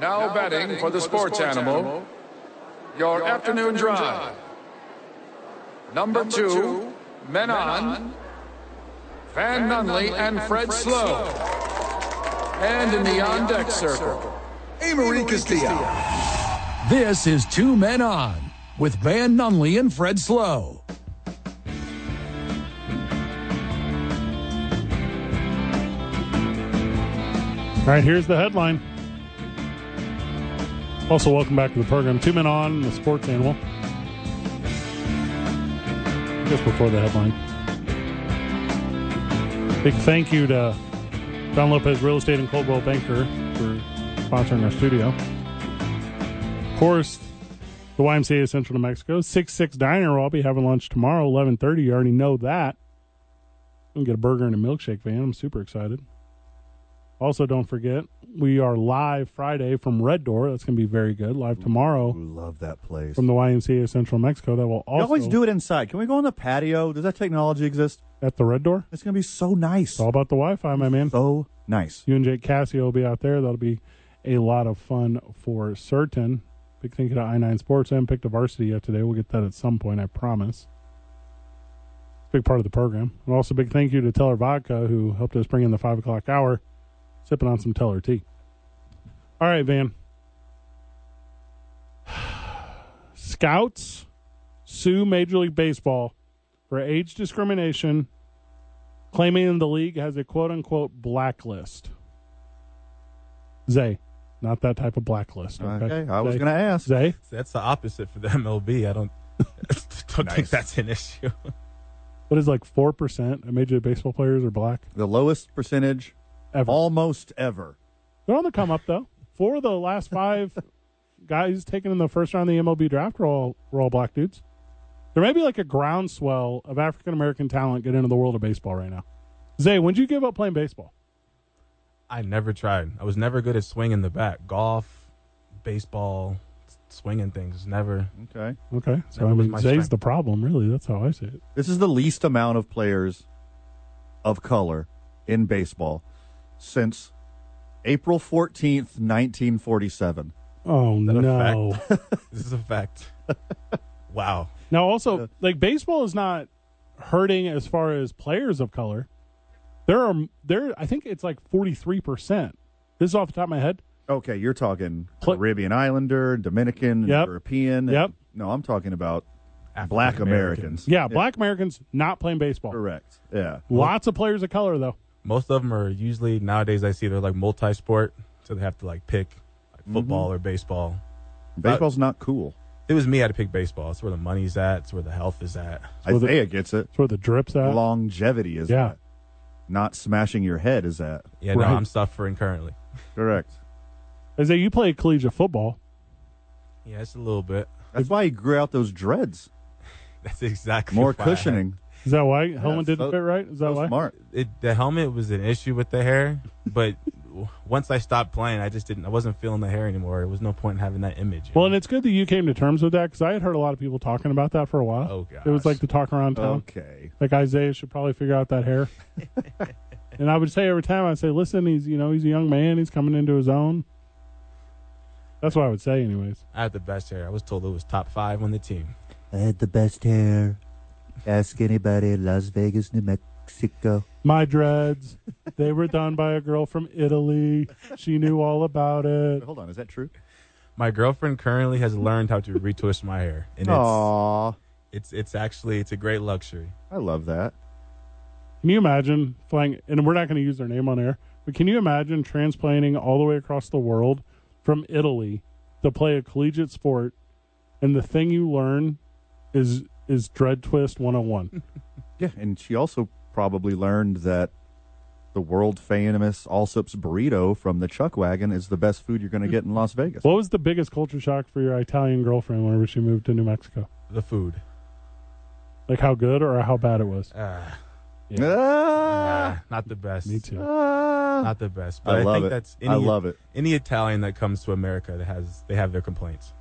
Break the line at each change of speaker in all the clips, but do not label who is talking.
Now,
Now
betting, for the sports, animal, your, afternoon, drive. Number,
Number
two,
two,
Men On, Van Nunley, and Fred Slow. And in the on deck circle,
Marie Castillo.
This is Two Men On with Van Nunley and Fred Slow.
All right, here's the headline. Also, welcome back to the program. Two men on the sports animal. Just before the headline. Big thank you to Don Lopez Real Estate and Coldwell Banker for sponsoring our studio. Of course, the YMCA of Central New Mexico, 6-6 Diner. I'll be having lunch tomorrow, 11.30. You already know that. I'm going to get a burger and a milkshake van. I'm super excited. Also, don't forget, we are live Friday from Red Door. That's going to be very good. Live tomorrow
We love that place.
from the YMCA of Central Mexico. That will
we
also
always do it inside. Can we go on the patio? Does that technology exist?
at the Red Door.
It's going to be so nice.
It's all about the Wi Fi, my man.
So nice.
You and Jake Cassio will be out there. That'll be a lot of fun for certain. Big thank you to I9 Sports. I haven't picked a varsity yet today. We'll get that at some point, I promise. Big part of the program. And also, big thank you to Teller Vodka, who helped us bring in the 5 o'clock hour, sipping on some Teller tea. All right, Van. Scouts sue Major League Baseball for age discrimination claiming the league has a quote unquote blacklist. Zay, not that type of blacklist. Okay,
Okay, I was
Zay.
going to ask.
Zay,
That's the opposite for the MLB. I don't, don't think that's an issue.
what is like four percent of major league baseball players are black
The lowest percentage
ever?
almost ever.
They're on the come up though. Four of the last five guys taken in the first round of the MLB draft were all, were all black dudes. There may be like a groundswell of African American talent get into the world of baseball right now. Zay, when did you give up playing baseball?
I never tried. I was never good at swinging the bat. Golf, baseball, s- swinging things. Never.
Okay.
Okay, so
Never
I
was
mean,
my
Zay's
strength.
the problem, really. That's how I see it.
This is the least amount of players of color in baseball since April 14th, 1947.
Oh
that a
no!
This is a fact. wow.
Now, also, like baseball is not hurting as far as players of color. There are there, I think it's like forty three percent. This is off the top of my head.
Okay, you're talking
Pl-
Caribbean Islander, Dominican,
Yep.
European.
Yep.
No, I'm talking about black Americans.
Yeah, black Americans not playing baseball.
Correct. Yeah.
Lots of players of color though.
Most of them are usually nowadays. I see they're like multi-sport, so they have to like pick like
Mm-hmm.
football or baseball.
Baseball's not cool.
If it was me, I'd pick baseball. It's where the money's at. It's where the health is at.
So the-
Isaiah gets it.
That's where the drips at.
Longevity is
yeah.
that. Not smashing your head is that.
Yeah,
Right.
no, I'm suffering currently.
Correct.
Isaiah, you play collegiate football.
Yeah, it's a little bit.
That's why he grew out those dreads.
That's exactly
More
why I had-
cushioning.
Is that why helmet didn't
so-
fit right? Is that
So
why?
smart.
It, the helmet was an issue with the hair, but w- once I stopped playing, I just didn't. I wasn't feeling the hair anymore. There was no point in having that image. you
Well, and
know?
it's good that you came to terms with that because I had heard a lot of people talking about that for a while.
Oh,
It was
gosh.
like the talk around
Oh.
town.
Okay.
Like Isaiah should probably figure out that hair. and I would say every time I say, "Listen, he's you know he's a young man. He's coming into his own." That's what I would say, anyways.
I had the best hair. I was told it was top five on the team.
I had the best hair. Ask anybody in Las Vegas, New Mexico.
My dreads, they were done by a girl from Italy. She knew all about it.
Wait, Hold on. Is that true?
My girlfriend currently has learned how to retwist my hair, and it's,
Aw.
it's it's actually it's a great luxury.
I love that.
Can you imagine flying? And we're not going to use their name on air, but can you imagine transplanting all the way across the world from Italy to play a collegiate sport, and the thing you learn is is dread twist one hundred and one.
Yeah. And she also probably learned that the world famous Allsup's burrito from the Chuck Wagon is the best food you're going to get in Las Vegas.
What was the biggest culture shock for your Italian girlfriend whenever she moved to New Mexico?
The food.
Like how good or how bad it was?
Ah,
Ah,
ah, not the best.
Me too.
ah.
Not the best. But
I
I,
love
think
it.
that's any,
I love it.
any Italian that comes to America that has they have their complaints.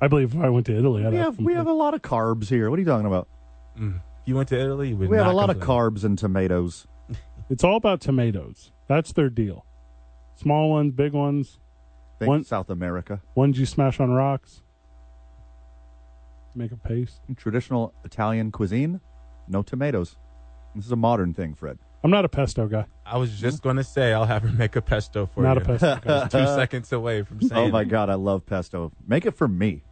I believe if I went to Italy, I'd
We
have,
have we have a lot of carbs here. What are you talking about?
If you went to Italy, you would
We have a
not
lot of
complain.
carbs and tomatoes.
It's all about tomatoes. That's their deal. Small ones, big ones,
Think
One-
South America.
ones you smash on rocks. Make a paste.
Traditional Italian cuisine, no tomatoes. This is a modern thing, Fred.
I'm not a pesto guy.
I was just going to say I'll have her make a pesto for
not
you.
a pesto guy.
Two seconds away from saying
Uh-huh. Oh my God, I love pesto. Make it for me.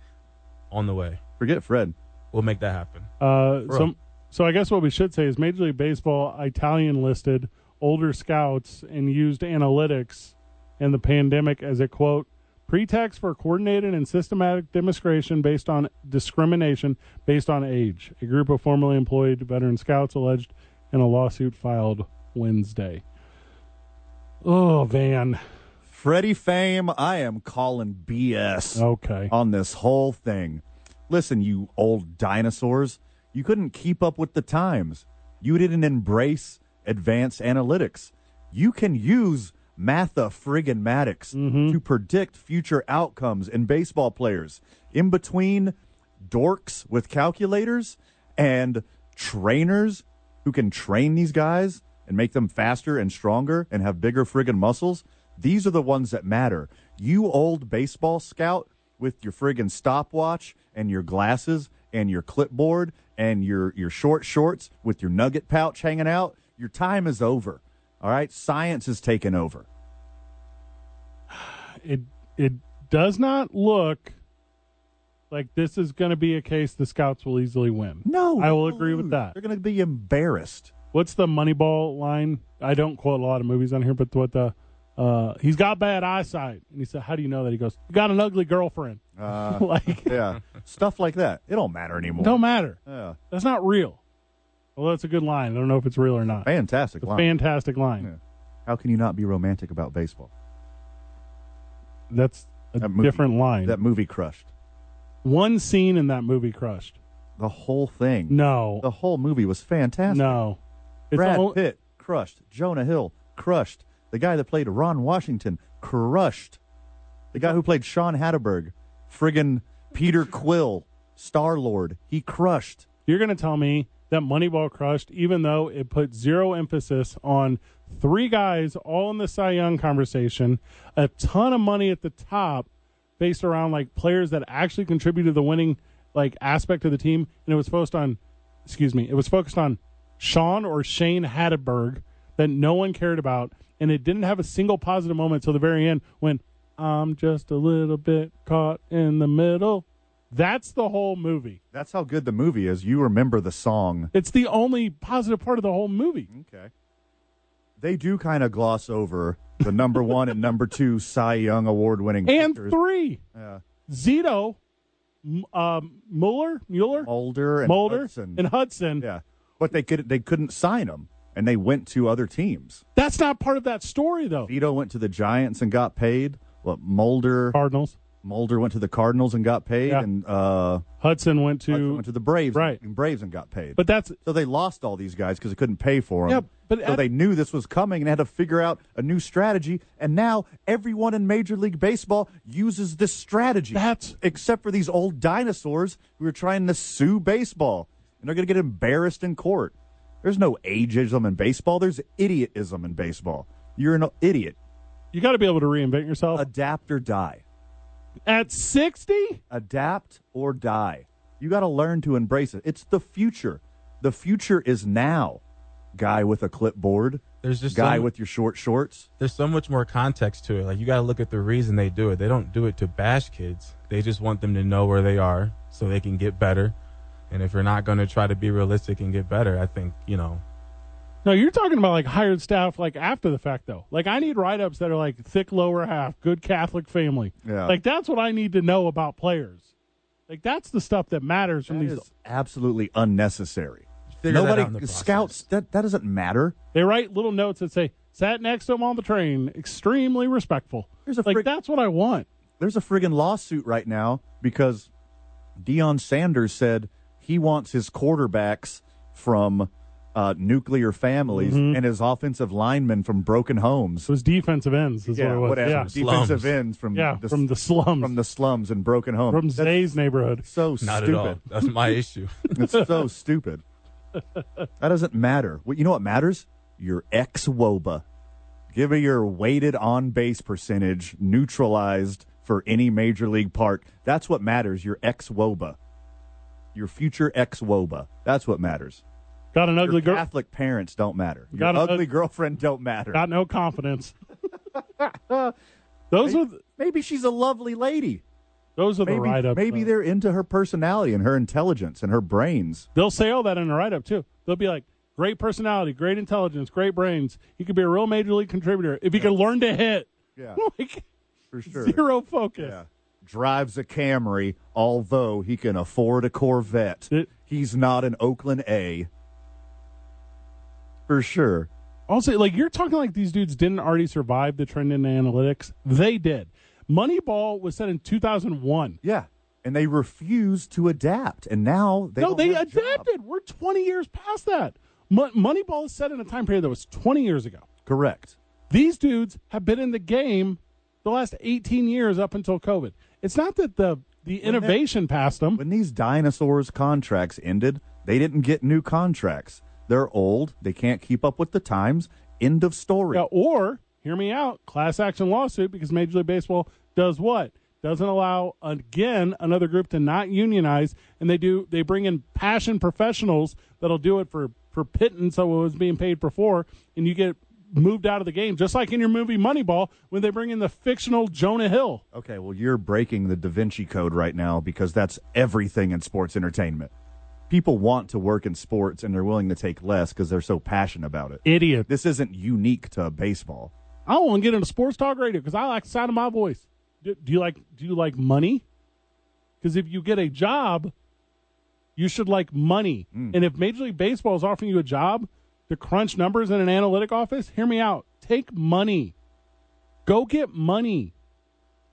on the way.
Forget Fred.
We'll make that happen.
Uh,
Bro.
so, so I guess what we should say is Major League Baseball Italian listed older scouts and used analytics in the pandemic as a quote pretext for coordinated and systematic demonstration based on discrimination based on age. A group of formerly employed veteran scouts alleged in a lawsuit filed Wednesday. Oh, Van.
Freddie Fame, I am calling BS
Okay.
on this whole thing. Listen, you old dinosaurs, you couldn't keep up with the times. You didn't embrace advanced analytics. You can use matha friggin' matics to predict future outcomes in baseball players. In between dorks with calculators and trainers who can train these guys and make them faster and stronger and have bigger friggin' muscles, these are the ones that matter. You old baseball scout with your friggin' stopwatch and your glasses and your clipboard and your, your short shorts with your nugget pouch hanging out, your time is over. All right? Science is taken over.
it it does not look like this is going to be a case the scouts will easily win.
No.
I will agree with that.
They're going to be embarrassed.
What's the Moneyball line? I don't quote a lot of movies on here, but what the uh, he's got bad eyesight, and he said, "How do you know that?" He goes, "You got an ugly girlfriend."
Uh.
like,
Yeah. Stuff like that. It don't matter anymore.
don't matter.
Yeah.
That's not real. Well, that's a good line. I don't know if it's real or not.
Fantastic
It's a
line.
fantastic line.
Yeah. How can you not be romantic about baseball?
That's a
That movie-
different line.
That movie crushed.
One scene in that movie crushed.
The whole thing.
No,
The whole movie was fantastic.
no. It's
Brad
only-
Pitt crushed. Jonah Hill crushed. The guy that played Ron Washington crushed. The guy who played Sean Hatterberg, friggin' Peter Quill, Star Lord, he crushed.
You're going to tell me that Moneyball crushed, even though it put zero emphasis on three guys all in the Cy Young conversation, a ton of money at the top based around like players that actually contributed to the winning like aspect of the team, and it was focused on, excuse me, it was focused on Sean or Shane Hatterberg that no one cared about, and it didn't have a single positive moment till the very end when I'm just a little bit caught in the middle. That's the whole movie.
That's how good the movie is. You remember the song.
It's the only positive part of the whole movie.
Okay. They do kind of gloss over the number one and number two Cy Young award winning
And three,
Yeah.
Zito, M- um, Mueller, Mueller,
Mulder and
Mulder,
Hudson.
and Hudson.
yeah. But they could they couldn't sign him and they went to other teams.
That's not part of that story, though.
Vito went to the Giants and got paid. What Mulder
Cardinals.
Mulder went to the Cardinals and got paid,
Yeah.
and uh,
Hudson went to.
Hudson went to the Braves,
Right.
And Braves and got paid.
but that's
so they lost all these guys because they couldn't pay for them.
Yeah, but
so
at-
they knew this was coming and had to figure out a new strategy. And now everyone in Major League Baseball uses this strategy,
That's-
except for these old dinosaurs who are trying to sue baseball, and they're going to get embarrassed in court. There's no ageism in baseball. There's idiotism in baseball. You're an idiot.
you got to be able to reinvent yourself
Adapt or die.
at sixty.
adapt or die. You got to learn to embrace it. It's the future. The future is now. Guy with a clipboard,
There's just
guy
so,
with your short shorts.
there's so much more context to it. Like you got to look at the reason they do it. They don't do it to bash kids. They just want them to know where they are so they can get better. And if you're not going to try to be realistic and get better, I think you know
No, you're talking about like hired staff, like after the fact, though. Like I need write ups that are like thick lower half, good Catholic family.
Yeah.
Like that's what I need to know about players. Like that's the stuff that matters from
That
these.
is absolutely unnecessary.
Figure that
Nobody
out in the process.
scouts that that doesn't matter.
They write little notes that say, sat next to him on the train, extremely respectful.
There's a
like,
frick-
that's what I want.
There's a friggin' lawsuit right now because Deion Sanders said he wants his quarterbacks from uh, nuclear families
Mm-hmm.
and his offensive linemen from broken homes.
It was defensive ends, is what it was.
whatever.
Yeah,
Defensive
Slums.
ends from
yeah
the,
from the slums,
from
from,
the slums and broken homes. That's
Zay's neighborhood.
so
not
stupid.
at all. That's my issue.
It's so stupid. That doesn't matter. Well, you know what matters? Your ex woba. Give me your weighted on base percentage neutralized for any major league park. That's what matters. Your ex woba. Your future ex woba. That's what matters.
Got an ugly
Your
girl.
Catholic parents don't matter. Your
Got an
ugly
ug-
girlfriend don't matter.
Got no confidence. those are the,
Maybe she's a lovely lady.
those are the
Maybe,
write up.
maybe they're into her personality and her intelligence and her brains.
They'll say all that in a write up too. They'll be like, great personality, great intelligence, great brains. He could be a real major league contributor if he could learn to hit.
Yeah,
like
for sure.
zero focus.
Yeah. Drives a Camry, although he can afford a Corvette.
It-
He's not an Oakland A. For sure.
Also, like you're talking like these dudes didn't already survive the trend in analytics. They did. Moneyball was set in 2001.
Yeah. And they refuse to adapt. And now they
no,
don't
they
have jobs.
adapted. We're 20 years past that. Mon- Moneyball is set in a time period that was 20 years ago.
Correct.
These dudes have been in the game the last 18 years up until COVID. It's not that the the
that-
innovation passed them.
When these dinosaurs' contracts ended, they didn't get new contracts. They're old. They can't keep up with the times. End of story.
Yeah, or hear me out, class action lawsuit because Major League Baseball does what? Doesn't allow again another group to not unionize, and they do. They bring in passion professionals that'll do it for for pittance of what was being paid before, and you get moved out of the game, just like in your movie Moneyball when they bring in the fictional Jonah Hill.
Okay, well, you're breaking the Da Vinci Code right now because that's everything in sports entertainment. People want to work in sports and they're willing to take less because they're so passionate about it.
Idiot!
This isn't unique to baseball.
I don't want to get into sports talk radio because I like the sound of my voice. Do, do you like Do you like money? Because if you get a job, you should like money. And if Major League Baseball is offering you a job to crunch numbers in an analytic office, hear me out. Take money. Go get money.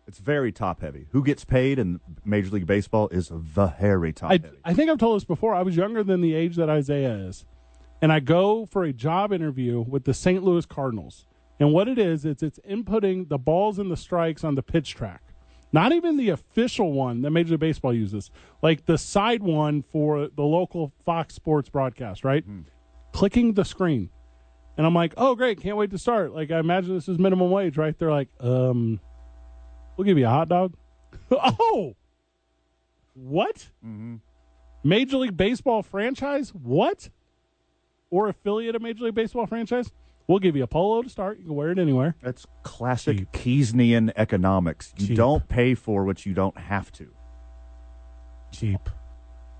It's very top heavy. Who gets paid in Major League Baseball is very top
I,
heavy.
I think I've told this before. I was younger than the age that Isaiah is. And I go for a job interview with the St. Louis Cardinals. And what it is, it's it's inputting the balls and the strikes on the pitch track. Not even the official one that Major League Baseball uses, like the side one for the local Fox Sports broadcast, right?
Hmm.
Clicking the screen. And I'm like, oh, great, can't wait to start. Like, I imagine this is minimum wage, right? They're like, um, we'll give you a hot dog. oh, what? Major League Baseball franchise? What? Or affiliate of Major League Baseball franchise? We'll give you a polo to start. You can wear it anywhere.
That's classic Keynesian economics. You
Cheap.
don't pay for what you don't have to.
Cheap.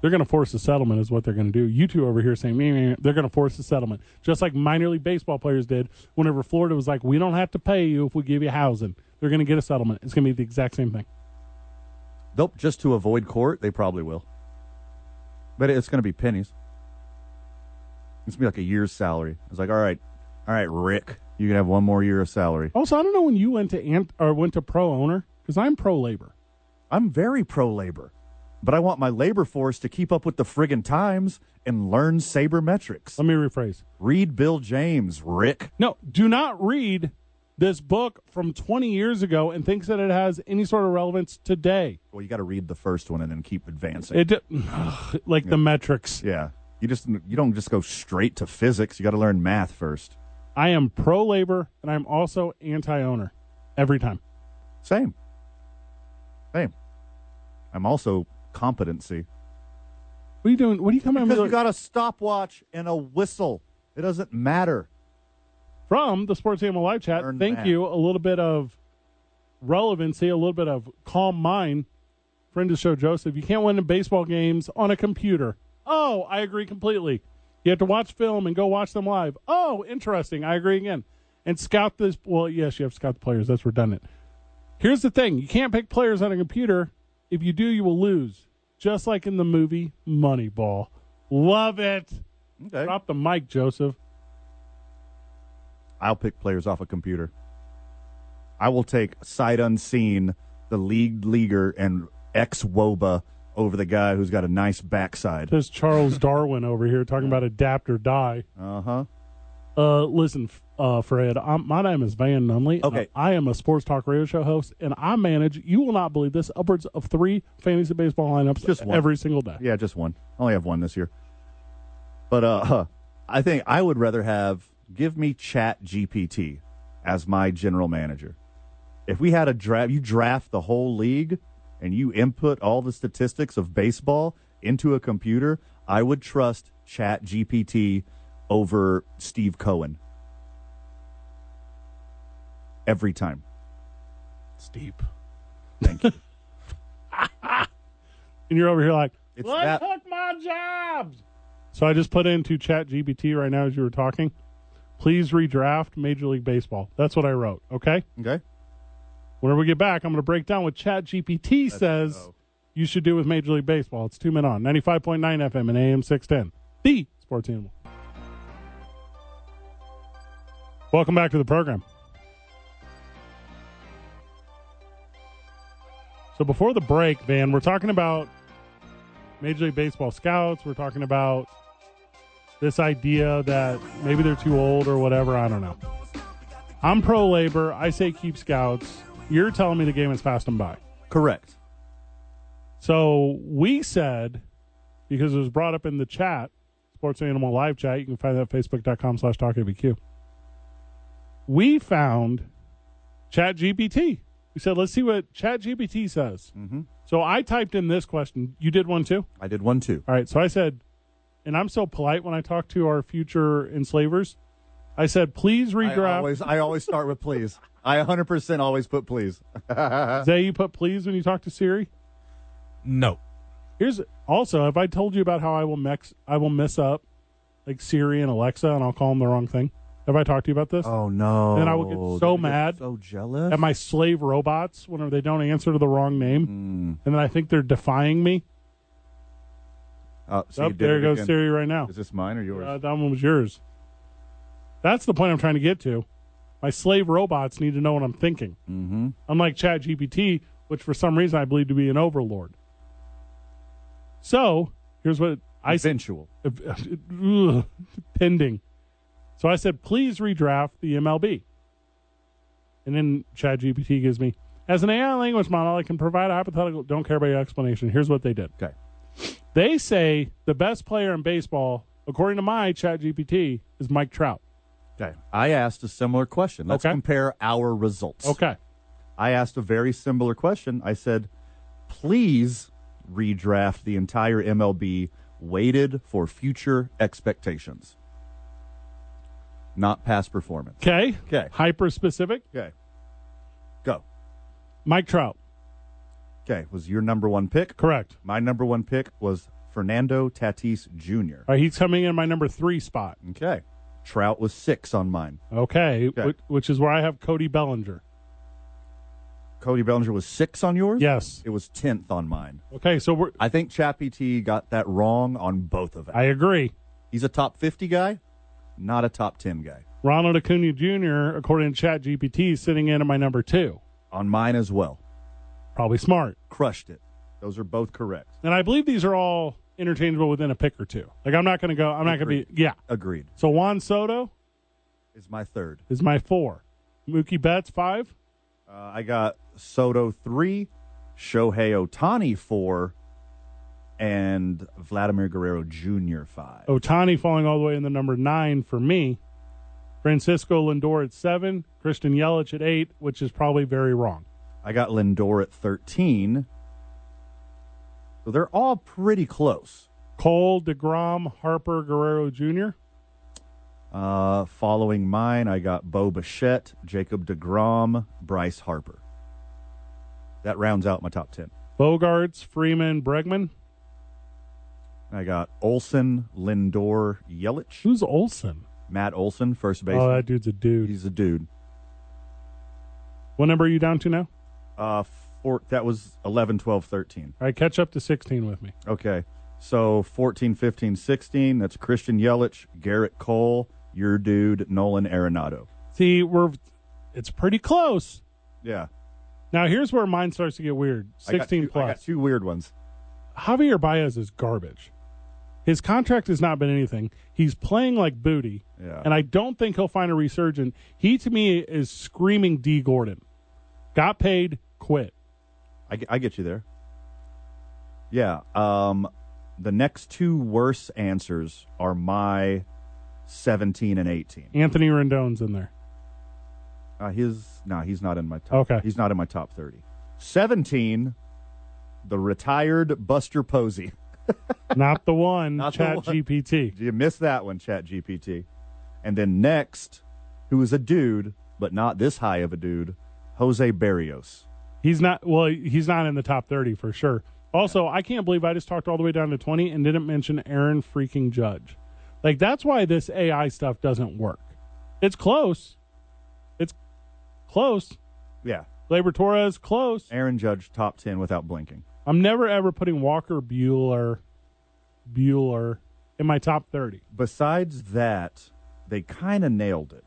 They're going to force a settlement, is what they're going to do. You two over here saying, "Meh, meh, meh," they're going to force a settlement, just like minor league baseball players did whenever Florida was like, we don't have to pay you if we give you housing. They're going to get a settlement. It's going to be the exact same thing.
Nope, just to avoid court, they probably will. But it's going to be pennies. It's going to be like a year's salary. It's like, all right, all right, Rick, you can have one more year of salary.
Also, I don't know when you went to ant- or went to pro owner because I'm pro labor.
I'm very pro labor, but I want my labor force to keep up with the friggin' times and learn sabermetrics.
Let me rephrase.
Read Bill James, Rick.
No, do not read this book from 20 years ago and thinks that it has any sort of relevance today.
Well, you got to read the first one and then keep advancing.
It ugh, like the metrics.
yeah, you just you don't just go straight to physics. You got to learn math first.
I am pro labor and I'm also anti owner every time.
Same. Same. I'm also competency.
What are you doing? What are you coming at me
Because you
with-
got a stopwatch and a whistle. It doesn't matter.
from the Sports Animal Live Chat?
Earn
thank
that.
you. A little bit of relevancy, a little bit of calm mind. Friend of the show, Joseph, you can't win in baseball games on a computer. Oh, I agree completely. You have to watch film and go watch them live. Oh, interesting. I agree again. And scout this. Well, yes, you have to scout the players. That's redundant. Here's the thing you can't pick players on a computer. If you do, you will lose. Just like in the movie Moneyball. Love it.
Okay.
Drop the mic, Joseph.
I'll pick players off a computer. I will take sight unseen, the league leaguer, and ex Woba over the guy who's got a nice backside.
There's Charles Darwin over here talking about adapt or die.
Uh huh.
Uh, listen, f- uh, Fred, I'm, my name is Van Nunley. and
Okay.
I am a sports talk radio show host, and I manage, you will not believe this, upwards of three fantasy baseball lineups
Just one.
every single day.
Yeah, just one. I only have one this year. But uh, I think I would rather have give me Chat GPT as my general manager. If we had a draft, you draft the whole league and you input all the statistics of baseball into a computer, I would trust Chat GPT over Steve Cohen every time.
Steep.
Thank you.
And you're over here like,
It's
let's
that-
hook my jobs. So I just put into chat GBT right now as you were talking. Please redraft Major League Baseball. That's what I wrote. Okay.
okay.
Whenever we get back, I'm going to break down what chat GPT says
oh.
you should do with Major League Baseball. It's two men on 95.9 FM and AM 610. The sports animal. Welcome back to the program. So before the break, Van, we're talking about Major League Baseball scouts. We're talking about this idea that maybe they're too old or whatever. I don't know. I'm pro labor. I say keep scouts. You're telling me the game has passed them by.
Correct.
So we said, because it was brought up in the chat, Sports Animal Live chat, you can find that at facebook.com slash talkabq. We found ChatGPT. We said, let's see what ChatGPT says. Mm-hmm. So I typed in this question. You did one too?
I did one too.
All right. So I said, and I'm so polite when I talk to our future enslavers. I said, please
I
redraft.
always, I always start with please. I 100% always put please.
Zay, you put please when you talk to Siri?
No.
Here's also have I told you about how I will mix I will mess up like Siri and Alexa and I'll call them the wrong thing. Have I talked to you about this?
Oh no!
Then I would get so
Then you
mad
so jealous.
At my slave robots whenever they don't answer to the wrong
Hmm.
name, and then I think they're defying me.
Oh, see,
oh,
you did
there
it
goes
again.
Siri right now.
Is this mine or yours?
Uh, that one was yours. That's the point I'm trying to get to. My slave robots need to know what I'm thinking. Mm-hmm. Unlike ChatGPT, which for some reason I believe to be an overlord. So here's what I said.
Eventual.
Ugh, pending. So I said, please redraft the MLB. And then ChatGPT gives me, as an AI language model, I can provide a hypothetical, don't care about your explanation. Here's what they did.
Okay.
They say the best player in baseball, according to my ChatGPT, is Mike Trout.
Okay. I asked a similar question. Let's
Okay.
compare our results.
Okay.
I asked a very similar question. I said, please redraft the entire MLB weighted for future expectations, not past performance.
Okay.
Okay.
Hyper specific.
Okay. Go.
Mike Trout.
Okay. Was your number one pick?
Correct.
My number one pick was Fernando Tatis Jr.
All right. He's coming in my number three spot.
Okay. Trout was six on mine.
Okay.
Okay.
Which, which is where I have Cody Bellinger.
Cody Bellinger was six on yours?
Yes.
It was 10th on mine.
Okay. So we're,
I think Chappie T got that wrong on both of them.
I agree.
He's a top 50 guy, not a top 10 guy.
Ronald Acuna Jr., according to ChatGPT, is sitting in at my number two.
On mine as well.
Probably smart.
Crushed it. Those are both correct.
And I believe these are all interchangeable within a pick or two. Like, I'm not going to go, I'm not going to be, yeah.
Agreed.
So Juan Soto
Is my third.
is my four. Mookie Betts, five.
Uh, I got Soto three, Shohei Otani four, and Vladimir Guerrero Jr. five.
Otani falling all the way in the number nine for me. Francisco Lindor at seven. Christian Yelich at eight, which is probably very wrong.
I got Lindor at 13. So they're all pretty close.
Cole, DeGrom, Harper, Guerrero Jr.
Uh, following mine, I got Bo Bichette, Jacob DeGrom, Bryce Harper. That rounds out my top 10.
Bogarts, Freeman, Bregman.
I got Olson, Lindor, Yelich,
Who's Olson?
Matt Olson, first base.
Oh, that dude's a dude.
He's a dude.
What number are you down to now?
Uh, four, that was 11, 12, 13.
All right, catch up to 16 with me.
Okay. So 14, 15, 16. That's Christian Yelich, Garrett Cole, your dude, Nolan Arenado.
See, we're it's pretty close.
Yeah.
Now here's where mine starts to get weird.
I got
16
two- I got
plus.
two weird ones.
Javier Baez is garbage. His contract has not been anything. He's playing like booty,
Yeah.
and I don't think he'll find a resurgent. He to me is screaming D Gordon. Got paid, quit.
I, ge- I get you there. Yeah. Um, the next two worse answers are my 17 and 18.
Anthony Rendon's in there.
Uh, his no, he's not in my top.
Okay.
he's not in my top thirty. Seventeen, the retired Buster Posey.
Not the one,
Not the
Chat
one.
GPT.
You missed that one, Chat GPT. And then next, who is a dude, but not this high of a dude, Jose Barrios.
He's not, well, he's not in the top 30 for sure. Also, I can't believe I just talked all the way down to 20 and didn't mention Aaron freaking Judge. Like, that's why this AI stuff doesn't work. It's close. It's close.
Yeah,
Labor Torres, close.
Aaron Judge top ten without blinking.
I'm never ever putting Walker Bueller, Bueller in my top 30.
Besides that, they kind of nailed it.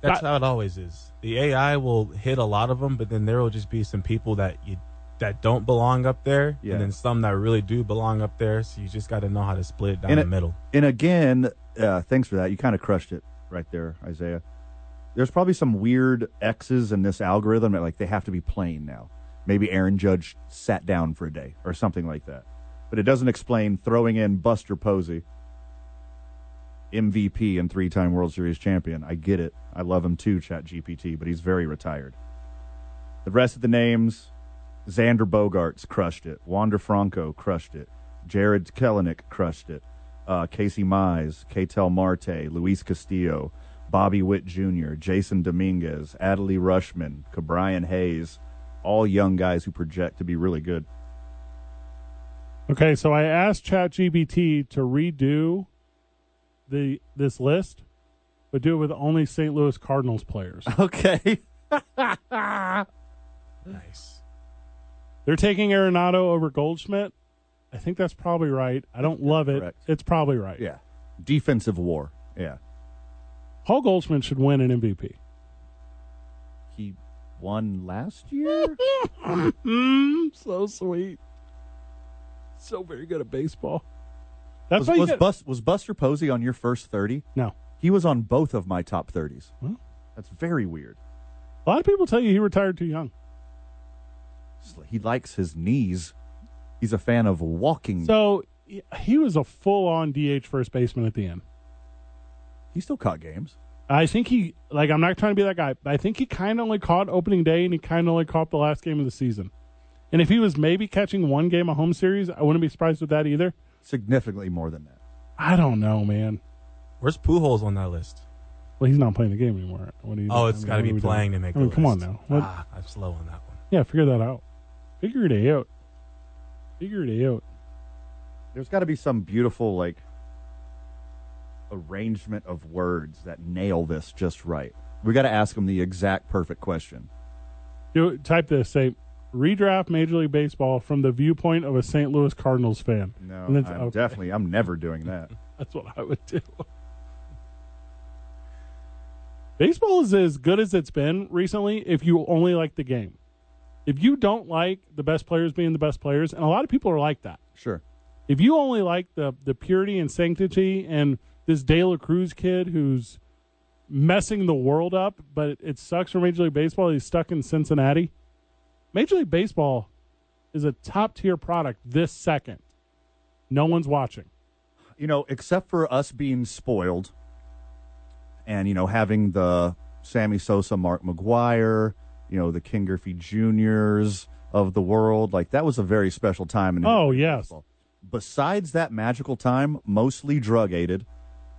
That's
That-
how it always is. The AI will hit a lot of them, but then there will just be some people that you that don't belong up there,
Yeah.
and then some that really do belong up there. So you just got to know how to split it down
And
the
it-
middle.
And again, uh, thanks for that. You kind of crushed it right there, Isaiah. There's probably some weird X's in this algorithm that like they have to be plain now. Maybe Aaron Judge sat down for a day or something like that. But it doesn't explain throwing in Buster Posey, MVP and three-time World Series champion. I get it. I love him too, Chat GPT, but he's very retired. The rest of the names, Xander Bogarts crushed it. Wander Franco crushed it. Jared Kellenick crushed it. Uh, Casey Mize, Ketel Marte, Luis Castillo, Bobby Witt Jr., Jason Dominguez, Adelie Rushman, Cabrian Hayes, all young guys who project to be really good.
Okay, so I asked ChatGPT to redo the this list, but do it with only St. Louis Cardinals players.
Okay.
Nice.
They're taking Arenado over Goldschmidt. I think that's probably right. I don't love it.
Correct.
It's probably right.
Yeah. Defensive war. Yeah.
Paul Goldschmidt should win an MVP.
He won last year?
Mm, so sweet. So very good at baseball. That's
was,
why you
was,
get-
Bus, was Buster Posey on your first 30?
no.
He was on both of my top 30s.
Well.
That's very weird.
A lot of people tell you he retired too young.
He likes his knees. He's a fan of walking.
So he- he was a full-on DH first baseman at the end.
he still caught games.
I think he like I'm not trying to be that guy, but I think he kind of only caught opening day and he kind of only caught the last game of the season. And if he was maybe catching one game a home series, I wouldn't be surprised with that either.
Significantly more than that.
I don't know, man.
Where's Pujols on that list?
Well, he's not playing the game anymore. What do you?
Oh,
I
it's
mean,
got
what
to
are
be
we
playing
doing?
to make.
I mean,
the
come
list.
on now. What-
Ah, I'm slow on that one.
Yeah, figure that out. Figure it out. Figure it out.
There's got to be some beautiful like arrangement of words that nail this just right. We got to ask him the exact perfect question.
Do type this. Say redraft Major League Baseball from the viewpoint of a St. Louis Cardinals fan.
No,
And
I'm
that's- okay.
definitely I'm never doing that.
That's what I would do. Baseball is as good as it's been recently if you only like the game. If you don't like the best players being the best players, and a lot of people are like that.
Sure.
If you only like the the purity and sanctity and this De La Cruz kid who's messing the world up, but it, it sucks for Major League Baseball. He's stuck in Cincinnati. Major League Baseball is a top tier product this second. No one's watching.
You know, except for us being spoiled and you know having the Sammy Sosa, Mark McGuire, you know, the King Griffey Juniors of the world, like that was a very special time in
Oh yes.
besides that magical time, mostly drug aided,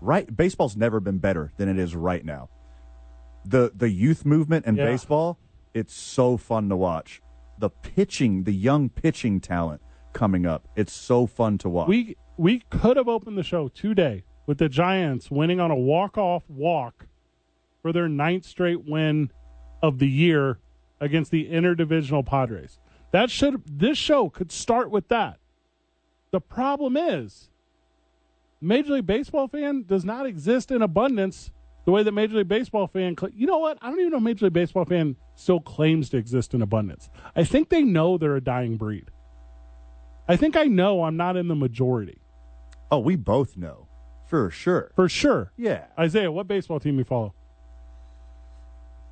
right? Baseball's never been better than it is right now. The the youth movement in
Yeah.
baseball, it's so fun to watch. The pitching, the young pitching talent coming up, it's so fun to watch.
we we could have opened the show today with the Giants winning on a walk off walk for their ninth straight win of the year against the interdivisional Padres. That should this show could start with that. The problem is Major League Baseball fan does not exist in abundance the way that Major League Baseball fan cl- you know what? I don't even know if Major League Baseball fan still claims to exist in abundance. I think they know they're a dying breed. I think I know I'm not in the majority.
oh, we both know for sure.
For sure.
Yeah,
Isaiah, what baseball team you follow?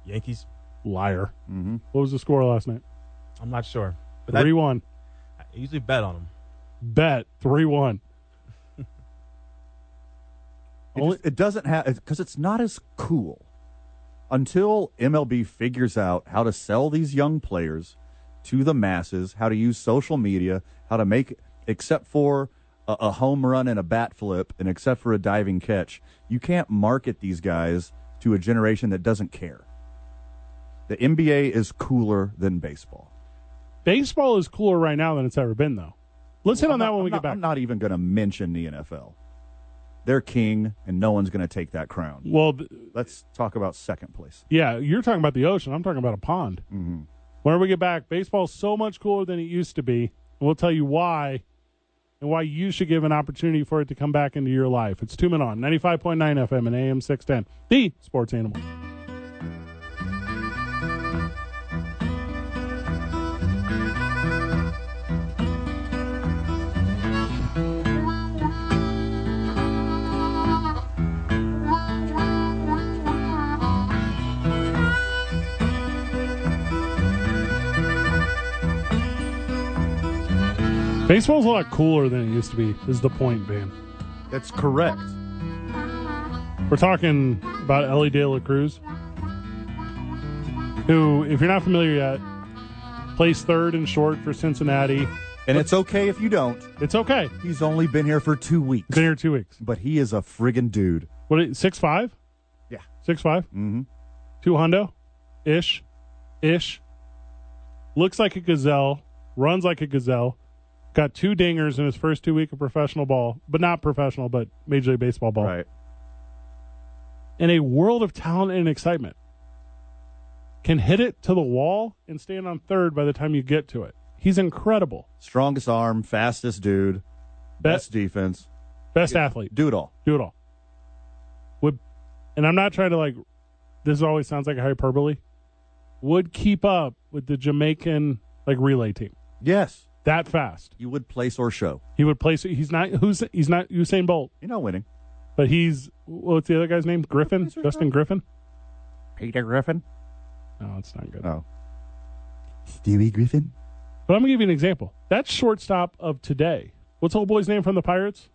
Yankees.
Liar. Mm-hmm. What was the score last night?
I'm not sure, but that,
3 1.
I usually bet on them.
Bet 3 1.
it,
Only-
just- it doesn't have because it's not as cool. until MLB figures out how to sell these young players to the masses, how to use social media, how to make, except for a, a home run and a bat flip, and except for a diving catch, you can't market these guys to a generation that doesn't care. The NBA is cooler than baseball.
Baseball is cooler right now than it's ever been, though. Let's hit on that when
I'm
we
not,
get back.
I'm not even going to mention the NFL. They're king, and no one's going to take that crown.
Well, th-
Let's talk about second place.
yeah, you're talking about the ocean. I'm talking about a pond. Mm-hmm. Whenever we get back, baseball's so much cooler than it used to be, and we'll tell you why and why you should give an opportunity for it to come back into your life. It's Two Men On, 95.9 FM and AM 610, the sports animal. Baseball's a lot cooler than it used to be, is the point, Van.
That's correct.
We're talking about Ellie De La Cruz, who, if you're not familiar yet, plays third and short for Cincinnati.
And it's okay if you don't.
It's okay.
He's only been here for two weeks,
Been here two weeks.
but he is a friggin' dude.
What six five?
Yeah.
six Mm-hmm. Two hundo, ish, ish. Looks like a gazelle. Runs like a gazelle. Got two dingers in his first two week of professional ball, but not professional, but Major League Baseball ball.
Right.
In a world of talent and excitement, can hit it to the wall and stand on third by the time you get to it. He's incredible.
Strongest arm, fastest dude, best
Best
defense.
best athlete.
Do it all.
do it all. Would, and I'm not trying to like, this always sounds like a hyperbole. Would keep up with the Jamaican like relay team
Yes.
that fast.
You would place or show.
He would place. He's not who's he's not Usain Bolt,
You're not winning.
but he's what's the other guy's name? Griffin, Justin Griffin.
Peter Griffin?
No, it's not good.
Oh.
Stewie Griffin?
But I'm gonna give you an example. That shortstop of today. What's the old boy's name from the Pirates?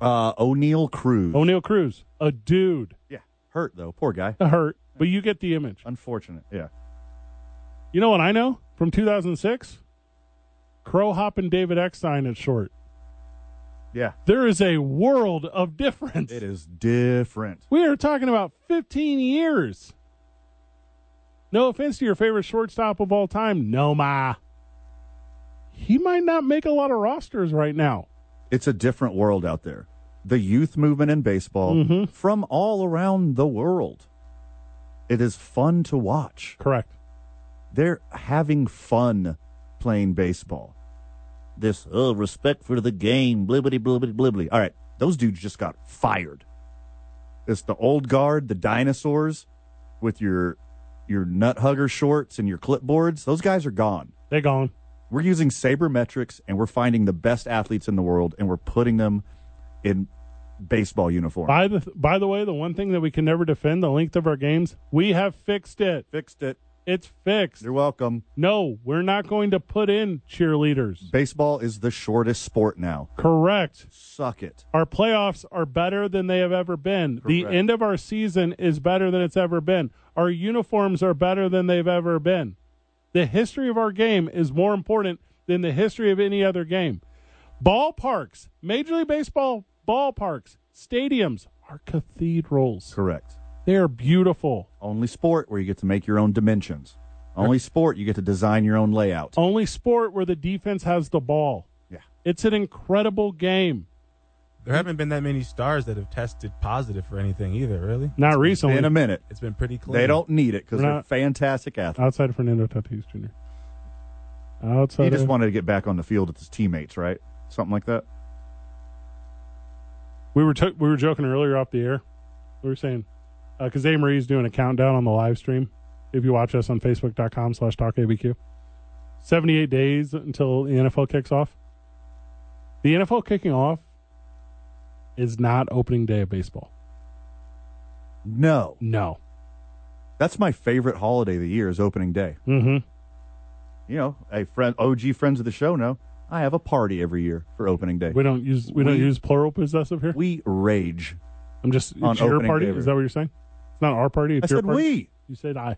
Uh, O'Neill Cruz.
O'Neill Cruz. A dude.
yeah. Hurt, though. Poor guy.
A hurt. But you get the image.
Unfortunate. Yeah.
You know what I know from 2006? Crow Hop and David Eckstein at short.
Yeah.
There is a world of difference.
It is different.
We are talking about 15 years. No offense to your favorite shortstop of all time, Noma. He might not make a lot of rosters right now.
It's a different world out there. The youth movement in baseball from all around the world. It is fun to watch.
Correct.
they're having fun playing baseball. This oh respect for the game, blibbity blibbity blibbity. All right, those dudes just got fired. It's the old guard, the dinosaurs, with your your nut hugger shorts and your clipboards. Those guys are gone.
They gone.
We're using sabermetrics and we're finding the best athletes in the world and we're putting them in baseball uniform.
By the by the way, the one thing that we can never defend, the length of our games, we have fixed it.
Fixed it.
It's fixed.
You're welcome.
No, we're not going to put in cheerleaders.
Baseball is the shortest sport now.
Correct.
Suck it.
Our playoffs are better than they have ever been. The
Correct.
end of our season is better than it's ever been. Our uniforms are better than they've ever been. The history of our game is more important than the history of any other game. Ballparks, Major League Baseball ballparks, stadiums are cathedrals.
Correct.
They are beautiful.
Only sport where you get to make your own dimensions. Only sport you get to design your own layout.
Only sport where the defense has the ball.
Yeah.
It's an incredible game.
There haven't been that many stars that have tested positive for anything either, really.
Not recently.
In a minute.
It's been pretty clean.
They don't need it because
We're
they're
not-
fantastic athletes.
Outside of Fernando Tatis Jr. Outside
He just
of,
wanted to get back on the field with his teammates, right? Something like that.
we were to- we were joking earlier off the air. We were saying because A Marie's doing a countdown on the live stream. If you watch us on Facebook.com slash TalkABQ. 78 days until the NFL kicks off. The NFL kicking off is not opening day of baseball.
No.
No.
That's my favorite holiday of the year is opening day.
Mm-hmm.
You know, a friend OG friends of the show know I have a party every year for opening day.
We don't use we, don't
We-
use plural possessive here.
We rage.
I'm just
On
it's your
opening
party.
day,
Is that what you're saying? It's not our party. It's
I
your
said
party.
we.
You said I.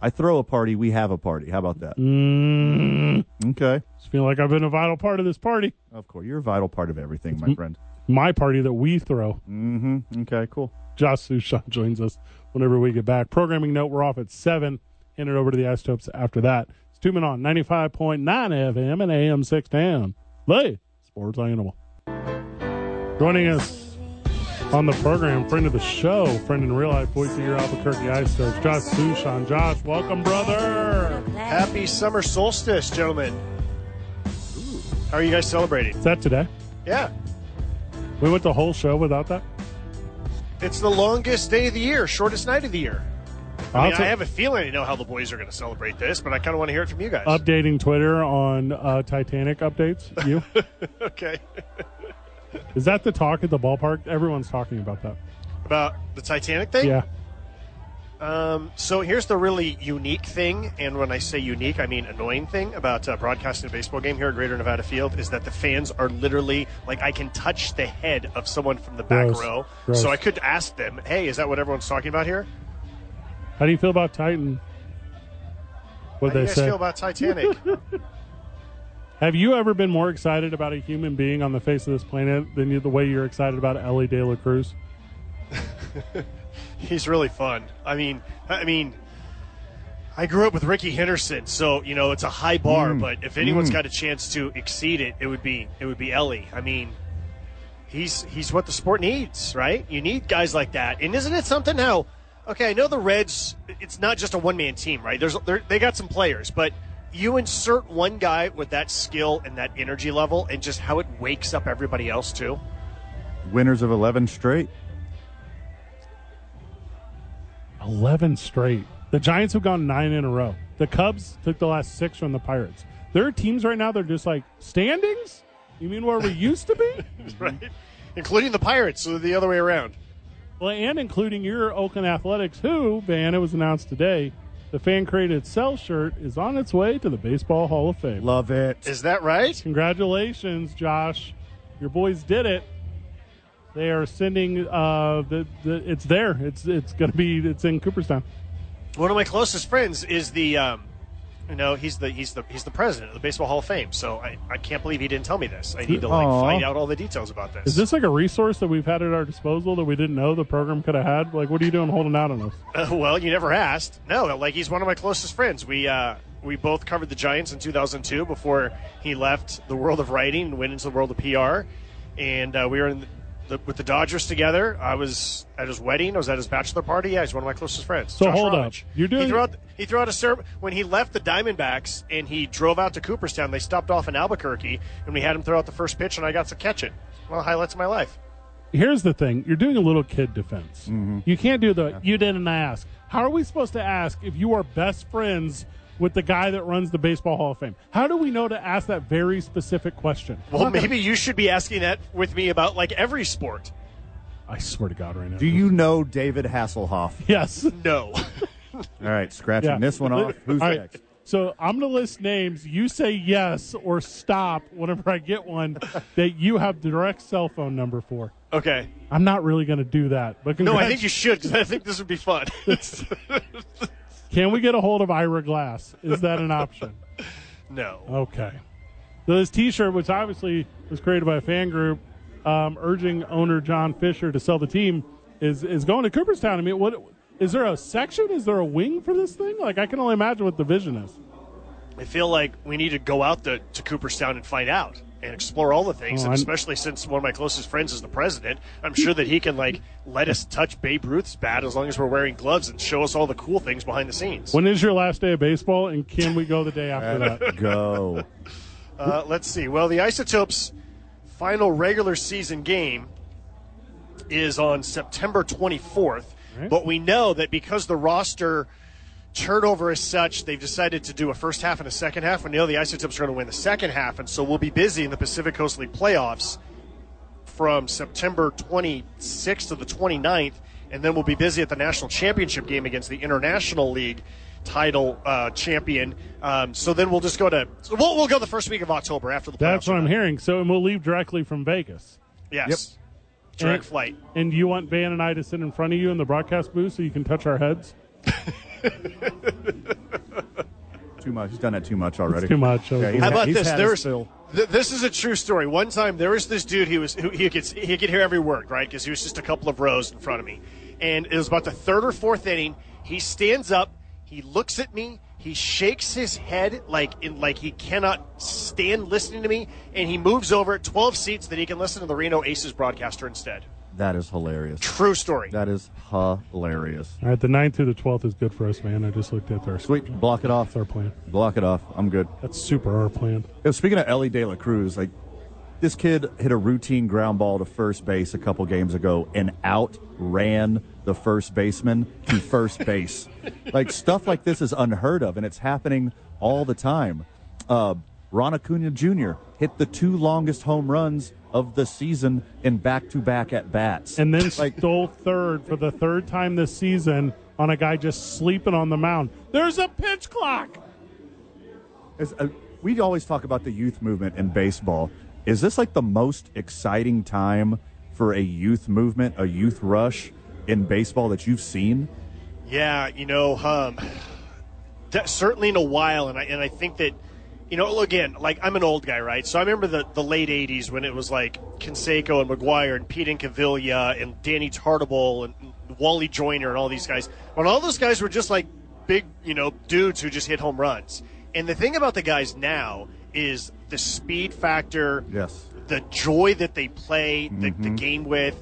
I throw a party. We have a party. How about that?
Mm,
Okay.
just feel like I've been a vital part of this party.
Of course, you're a vital part of everything,
Mm-hmm.
my friend.
My party that we throw.
Mm-hmm. Okay. Cool.
Josh Sushan joins us whenever we get back. Programming note: We're off at seven. Hand it over to the Isotopes after that. It's two men on ninety-five point nine FM and AM six down. Lay sports animal. Joining us on the program, friend of the show, friend in real life, voice of your Albuquerque Isotopes, Josh Sushan. Josh, welcome, brother.
Happy summer solstice, gentlemen. How are you guys celebrating?
Is that today?
Yeah,
We went the whole show without that.
it's the longest day of the year, shortest night of the year. I mean, I have a feeling I know how the boys are going to celebrate this, but I kind of want to hear it from you guys.
updating Twitter on uh, Titanic updates. You
okay.
is that the talk at the ballpark? Everyone's talking about that.
About the Titanic thing?
Yeah.
Um, so here's the really unique thing, and when I say unique, I mean annoying thing about uh, broadcasting a baseball game here at Greater Nevada Field is that the fans are literally like I can touch the head of someone from the back
Gross.
row,
Gross.
so I could ask them, "Hey, is that what everyone's talking about here?
How do you feel about Titan? What
How do
they
you guys
say?
feel about Titanic?"
Have you ever been more excited about a human being on the face of this planet than you, the way you're excited about Ellie De La Cruz?
He's really fun. I mean, I mean, I grew up with Ricky Henderson, so you know it's a high bar.
Mm.
But if anyone's got a chance to exceed it, it would be it would be Ellie. I mean, he's he's what the sport needs, right? You need guys like that. And isn't it something how? Okay, I know the Reds. It's not just a one man team, right? There's there- they got some players, but you insert one guy with that skill and that energy level, and just how it wakes up everybody else too.
Winners of eleven straight.
Eleven straight. The Giants have gone nine in a row. The Cubs took the last six from the Pirates. There are teams right now that are just like standings. You mean where we used to be?
Right, including the Pirates, so the other way around.
Well, and including your Oakland Athletics, who, Van, it was announced today, the fan created Cell shirt is on its way to the Baseball Hall of Fame.
Love it.
Is that right?
Congratulations, Josh. Your boys did it. They are sending uh the, the it's there. It's it's gonna be it's in Cooperstown.
one of my closest friends is the um, you know he's the he's the he's the president of the baseball hall of fame so i, I can't believe he didn't tell me this i need to like
Aw.
find out all the details about this,
Is this like a resource that we've had at our disposal that we didn't know the program could have had? Like what are you doing holding out on us?
Uh, well you never asked no like he's one of my closest friends we uh we both covered the giants in 2002 before he left the world of writing and went into the world of pr and uh, we were in the, the, with the dodgers together i was at his wedding i was at his bachelor party yeah he's one of my closest friends
So
Josh
hold up.
Ravitch.
You're doing-
he threw out He threw out a sermon when he left the Diamondbacks and he drove out to Cooperstown. They stopped off in Albuquerque and we had him throw out the first pitch, and I got to catch it. One of the highlights of my life.
Here's the thing, you're doing a little kid defense.
Mm-hmm.
You can't do the you didn't ask. How are we supposed to ask if you are best friends with the guy that runs the baseball hall of fame? How do we know to ask that very specific question?
Well, maybe you should be asking that with me about like every sport.
I swear to God right now.
Do you know David Hasselhoff?
Yes.
No,
All right, scratching
Yeah.
this one off. Who's
All right.
next?
So I'm going to list names. You say yes or stop whenever I get one that you have the direct cell phone number for.
okay.
I'm not really going to do that. But
No, I
congrat-
think you should because I think this would be fun.
can we get a hold of Ira Glass? Is that an option?
no,
Okay. So this T-shirt, which obviously was created by a fan group, um, urging owner John Fisher to sell the team, is is going to Cooperstown. I mean, what is there a section? Is there a wing for this thing? Like, I can only imagine what the vision is.
I feel like we need to go out to, to Cooperstown and find out and explore all the things,
Oh,
and
I'm-
especially since one of my closest friends is the president. I'm sure that he can like let us touch Babe Ruth's bat as long as we're wearing gloves and show us all the cool things behind the scenes.
When is your last day of baseball, and can we go the day after that?
Go.
Uh, let's see. Well, the Isotopes' final regular season game is on September 24th,
Right.
but we know that because the roster turnover is such, they've decided to do a first half and a second half. We know the Isotopes are going to win the second half, and so we'll be busy in the Pacific Coast League playoffs from September 26th to the 29th, and then we'll be busy at the national championship game against the International League title uh, champion. Um, so then we'll just go to so we'll, we'll go the first week of October after the playoffs.
That's what
are
I'm
done.
hearing. So, and we'll leave directly from Vegas.
Yes. Direct flight.
And you want Van and I to sit in front of you in the broadcast booth so you can touch our heads?
Too much. He's done that too much already.
Too much.
Yeah, he's
How
had-
about
he's
this?
had
There
his
was
fill.
th- this is a true story. One time there was this dude. He was who, he could he could hear every word right because he was just a couple of rows in front of me, and it was about the third or fourth inning. He stands up. He looks at me. He shakes his head like in like he cannot stand listening to me, and he moves over 12 seats that he can listen to the Reno Aces broadcaster instead.
That is hilarious.
True story.
That is hilarious.
All right, the 9th through the 12th is good for us, man. I just looked at our,
Sweet. Block it off.
that's our plan.
Block it off. I'm good.
That's super our plan.
Yo, speaking of Ellie De La Cruz, like this kid hit a routine ground ball to first base a couple games ago and outran the first baseman to first base. Like stuff like this is unheard of, and it's happening all the time. Uh, Ron Acuna Jr. hit the two longest home runs of the season in back-to-back at bats.
And then
Like-
stole third for the third time this season on a guy just sleeping on the mound. There's a pitch clock.
As, uh, we always talk about the youth movement in baseball. Is this like the most exciting time for a youth movement, a youth rush in baseball that you've seen?
Yeah, you know, um, that, certainly in a while, and I and I think that, you know, again, like I'm an old guy, right? So I remember the, the late '80s when it was like Canseco and McGuire and Pete Cavilla and Danny Tartable and Wally Joyner and all these guys. When all those guys were just like big, you know, dudes who just hit home runs. And the thing about the guys now is the speed factor,
Yes.
the joy that they play the, the game with,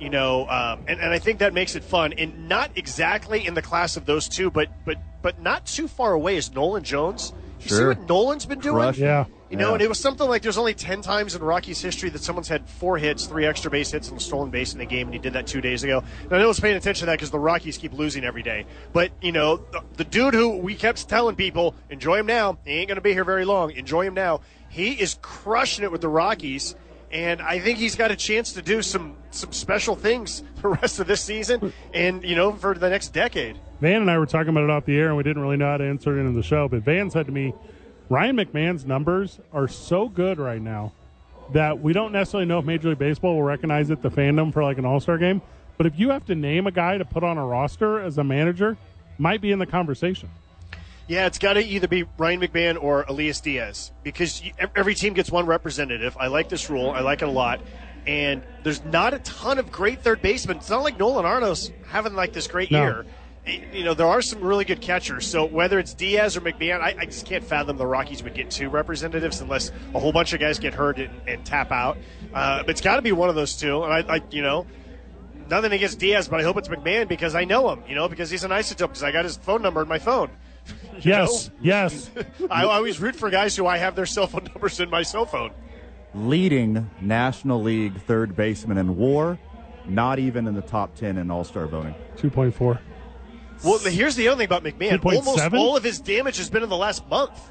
you know, um, and, and I think that makes it fun. And not exactly in the class of those two, but but but not too far away is Nolan Jones. You see
Sure.
what Nolan's been doing?
Crush.
Yeah.
You know,
Yeah.
and it was something like there's only 10 times in Rockies history that someone's had four hits, three extra base hits, and a stolen base in a game, and he did that two days ago. And I know I was paying attention to that because the Rockies keep losing every day. But, you know, the, the dude who we kept telling people, enjoy him now. He ain't going to be here very long. Enjoy him now. He is crushing it with the Rockies, and I think he's got a chance to do some, some special things the rest of this season and, you know, for the next decade.
Van and I were talking about it off the air, and we didn't really know how to insert it into the show. But Van said to me, Ryan McMahon's numbers are so good right now that we don't necessarily know if Major League Baseball will recognize it, the fandom for like an All Star game. But if you have to name a guy to put on a roster as a manager, might be in the conversation.
Yeah, it's got to either be Ryan McMahon or Elias Diaz because you, ev- every team gets one representative. I like this rule. I like it a lot. And there's not a ton of great third basemen. It's not like Nolan Arnos having like this great
No.
year. Y- You know, there are some really good catchers. So whether it's Diaz or McMahon, I, I just can't fathom the Rockies would get two representatives unless a whole bunch of guys get hurt and, and tap out. Uh, but it's got to be one of those two. And I, I you know, nothing against Diaz, but I hope it's McMahon because I know him. You know, because he's an isotope. Because I got his phone number in my phone.
Yes, yes.
I always root for guys who I have their cell phone numbers in my cell phone.
Leading National League third baseman in war, not even in the top 10 in All Star voting.
2.4.
Well, here's the other thing about McMahon.
2.7?
Almost all of his damage has been in the last month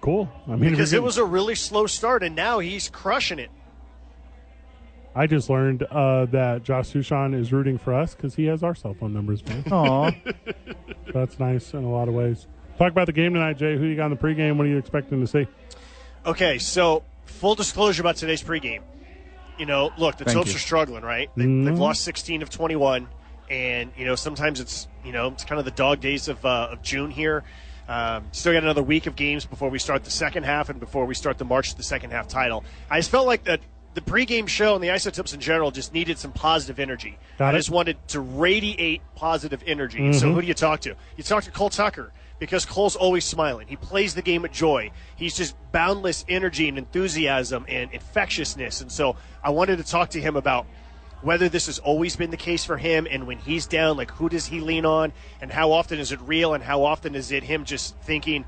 Cool. I mean, if
because
you're
it
getting-
was a really slow start, and now he's crushing it.
I just learned uh, that Josh Sushan is rooting for us because he has our cell phone numbers, man.
Aw.
That's nice in a lot of ways. Talk about the game tonight, Jay. Who you got in the pregame? What are you expecting to see?
Okay, so full disclosure about today's pregame. You know, look, the
Thank
Topes
you. Mm-hmm.
are struggling, right? They, They've lost 16 of 21, and you know sometimes it's you know it's kind of the dog days of uh, of June here. Um, still got another week of games before we start the second half and before we start the march to the second half title. I just felt like that the pregame show and the isotopes in general just needed some positive energy.
Got
I
it. Mm-hmm.
just wanted to radiate positive energy. And So who do you talk to? You talk to Cole Tucker because Cole's always smiling. He plays the game with joy. He's just boundless energy and enthusiasm and infectiousness. And so I wanted to talk to him about whether this has always been the case for him and when he's down, like who does he lean on and how often is it real and how often is it him just thinking,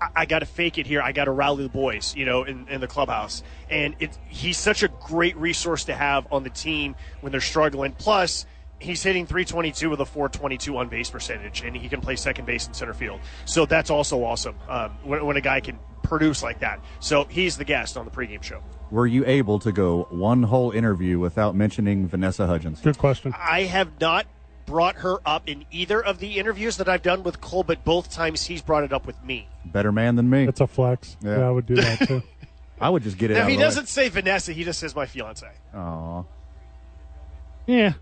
I, I got to fake it here. I got to rally the boys, you know, in, in the clubhouse. And it, he's such a great resource to have on the team when they're struggling. Plus, he's hitting 322 with a 422 on base percentage, and he can play second base and center field. So that's also awesome um, when, when a guy can produce like that. So he's the guest on the pregame show.
Were you able to go one whole interview without mentioning Vanessa Hudgens?
Good question.
I have not brought her up in either of the interviews that I've done with Cole, but both times he's brought it up with me.
Better man than me.
That's a flex.
Yeah.
Yeah, I would do that too.
I would just get it.
Now,
out
if he
of the way.
doesn't say Vanessa, he just says my fiance.
Aw.
Yeah,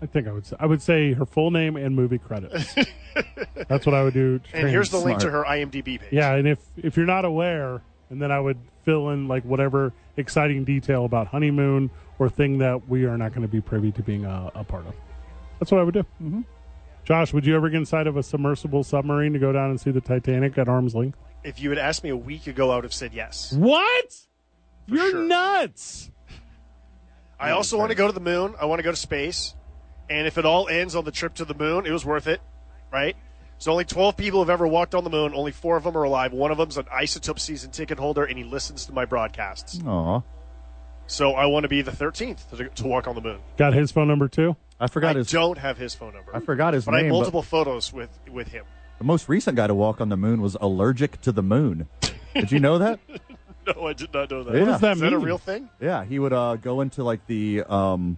I think I would. Say, I would say her full name and movie credits. That's what I would do. to
And here's the
train.
link to
Smart.
her IMDb page.
Yeah, and if if you're not aware, and then I would fill in like whatever exciting detail about honeymoon or thing that we are not going to be privy to being a, a part of. That's what I would do. Mm-hmm. Josh, would you ever get inside of a submersible submarine to go down and see the Titanic at arm's length?
If you had asked me a week ago, I would have said
Mm-hmm.
yes.
What? You're
sure.
nuts.
I also want to go to the moon. I want to go to space. And if it all ends on the trip to the moon, it was worth it, right? So only 12 people have ever walked on the moon. Only four of them are alive. One of them's an isotope season ticket holder, and he listens to my broadcasts.
Aw.
So I want to be the 13th to, to walk on the moon.
Got his phone number too.
I
I
forgot his.
don't have his phone number.
I forgot his
but I
name.
have
but
multiple photos with, with him.
the most recent guy to walk on the moon was allergic to the moon. Did you know that?
No, I did not know that.
Yeah. What does
that
Is that a
mean?
real thing?
Yeah, he would uh, go into like the um,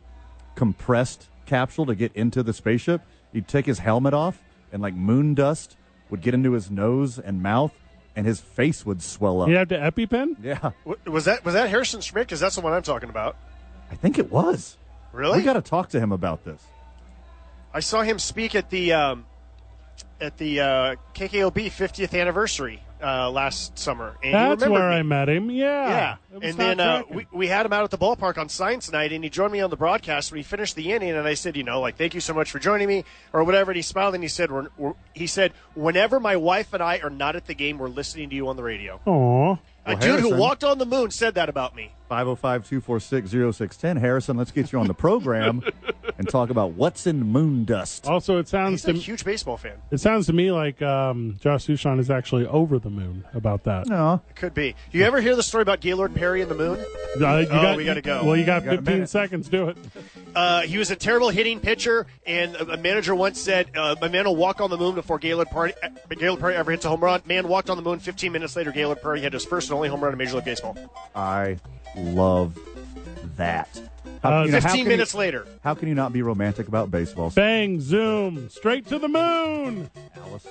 compressed capsule to get into the spaceship. He'd take his helmet off, and like moon dust would get into his nose and mouth, and his face would swell up.
You have to EpiPen.
Yeah,
Wa- Was that was that Harrison Schmidt? Because that's the one I'm talking about.
I think it was.
Really?
We got to talk to him about this.
I saw him speak at the um, at the uh, KKOB 50th anniversary uh, last summer. And he
That's
remembered
where
me.
I met him.
Yeah,
Yeah. It was
and then uh,
fast-tracking.
we, we had him out at the ballpark on Science Night, and he joined me on the broadcast when he finished the inning. And I said, you know, like, thank you so much for joining me, or whatever. And he smiled and he said, we're, we're, he said, whenever my wife and I are not at the game, we're listening to you on the radio.
Aw.
A
Well,
dude who
Harrison-
walked on the moon said that about me.
505-246-0610. Harrison, let's get you on the program and talk about what's in moon dust.
Also, it sounds
He's
to
a huge baseball fan.
it sounds to me like um, Josh Sushan is actually over the moon about that.
No,
It could be. You ever hear the story about Gaylord Perry and the moon?
Uh, you
Oh,
got,
we gotta go.
Well, you got,
got a
15
minute.
seconds. Do it.
Uh, he was a terrible hitting pitcher, and a a manager once said, uh, "My man will walk on the moon before Gaylord Perry, Gaylord Perry ever hits a home run." Man walked on the moon. 15 minutes later, Gaylord Perry had his first and only home run in Major League Baseball.
I love that.
Uh,
you know,
15
can
minutes
you,
later,
How can you not be romantic about baseball,
Bang, zoom, straight to the moon.
Alice?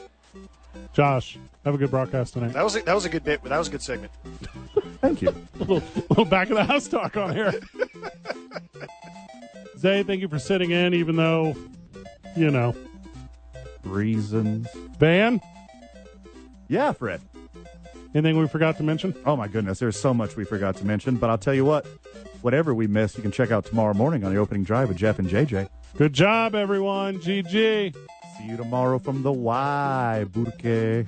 Josh, have a good broadcast tonight.
that was a, that was a good bit. That was a good segment.
Thank you.
little, little back of the house talk on here. Zay, thank you for sitting in, even though, you know.
Reasons.
Van,
Yeah, Fred.
anything we forgot to mention?
Oh my goodness, there's so much we forgot to mention, but I'll tell you what, whatever we missed, you can check out tomorrow morning on the opening drive with Jeff and JJ.
Good job, everyone. GG.
See you tomorrow from the Y, Burke.